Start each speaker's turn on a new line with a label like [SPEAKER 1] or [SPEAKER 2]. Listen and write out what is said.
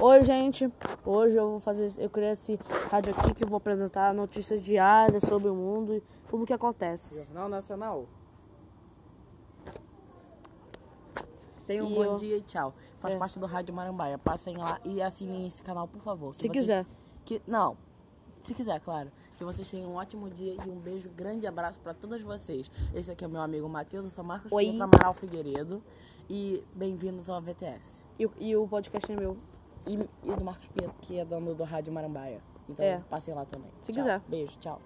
[SPEAKER 1] Oi, gente. Hoje eu vou fazer, eu criei esse rádio aqui que eu vou apresentar notícias diárias sobre o mundo e tudo o que acontece.
[SPEAKER 2] Jornal Nacional. Tem um
[SPEAKER 1] E
[SPEAKER 2] bom
[SPEAKER 1] eu-
[SPEAKER 2] dia e tchau. Faz
[SPEAKER 1] É.
[SPEAKER 2] parte do Rádio Marambaia. Passem lá e assinem esse canal, por favor.
[SPEAKER 1] Se quiser.
[SPEAKER 2] Que... Não, se quiser, claro. Que vocês tenham um ótimo dia e um beijo, grande abraço pra todos vocês. Esse aqui é o meu amigo Matheus, eu sou Marcos
[SPEAKER 1] Oi.
[SPEAKER 2] Pinto Amaral Figueiredo. E bem-vindos ao VTS.
[SPEAKER 1] E, e o podcast é meu.
[SPEAKER 2] E, e do Marcos Pinto, que é dono do Rádio Marambaia. Então
[SPEAKER 1] É.
[SPEAKER 2] passem lá também.
[SPEAKER 1] Se
[SPEAKER 2] Tchau.
[SPEAKER 1] quiser.
[SPEAKER 2] Beijo, tchau.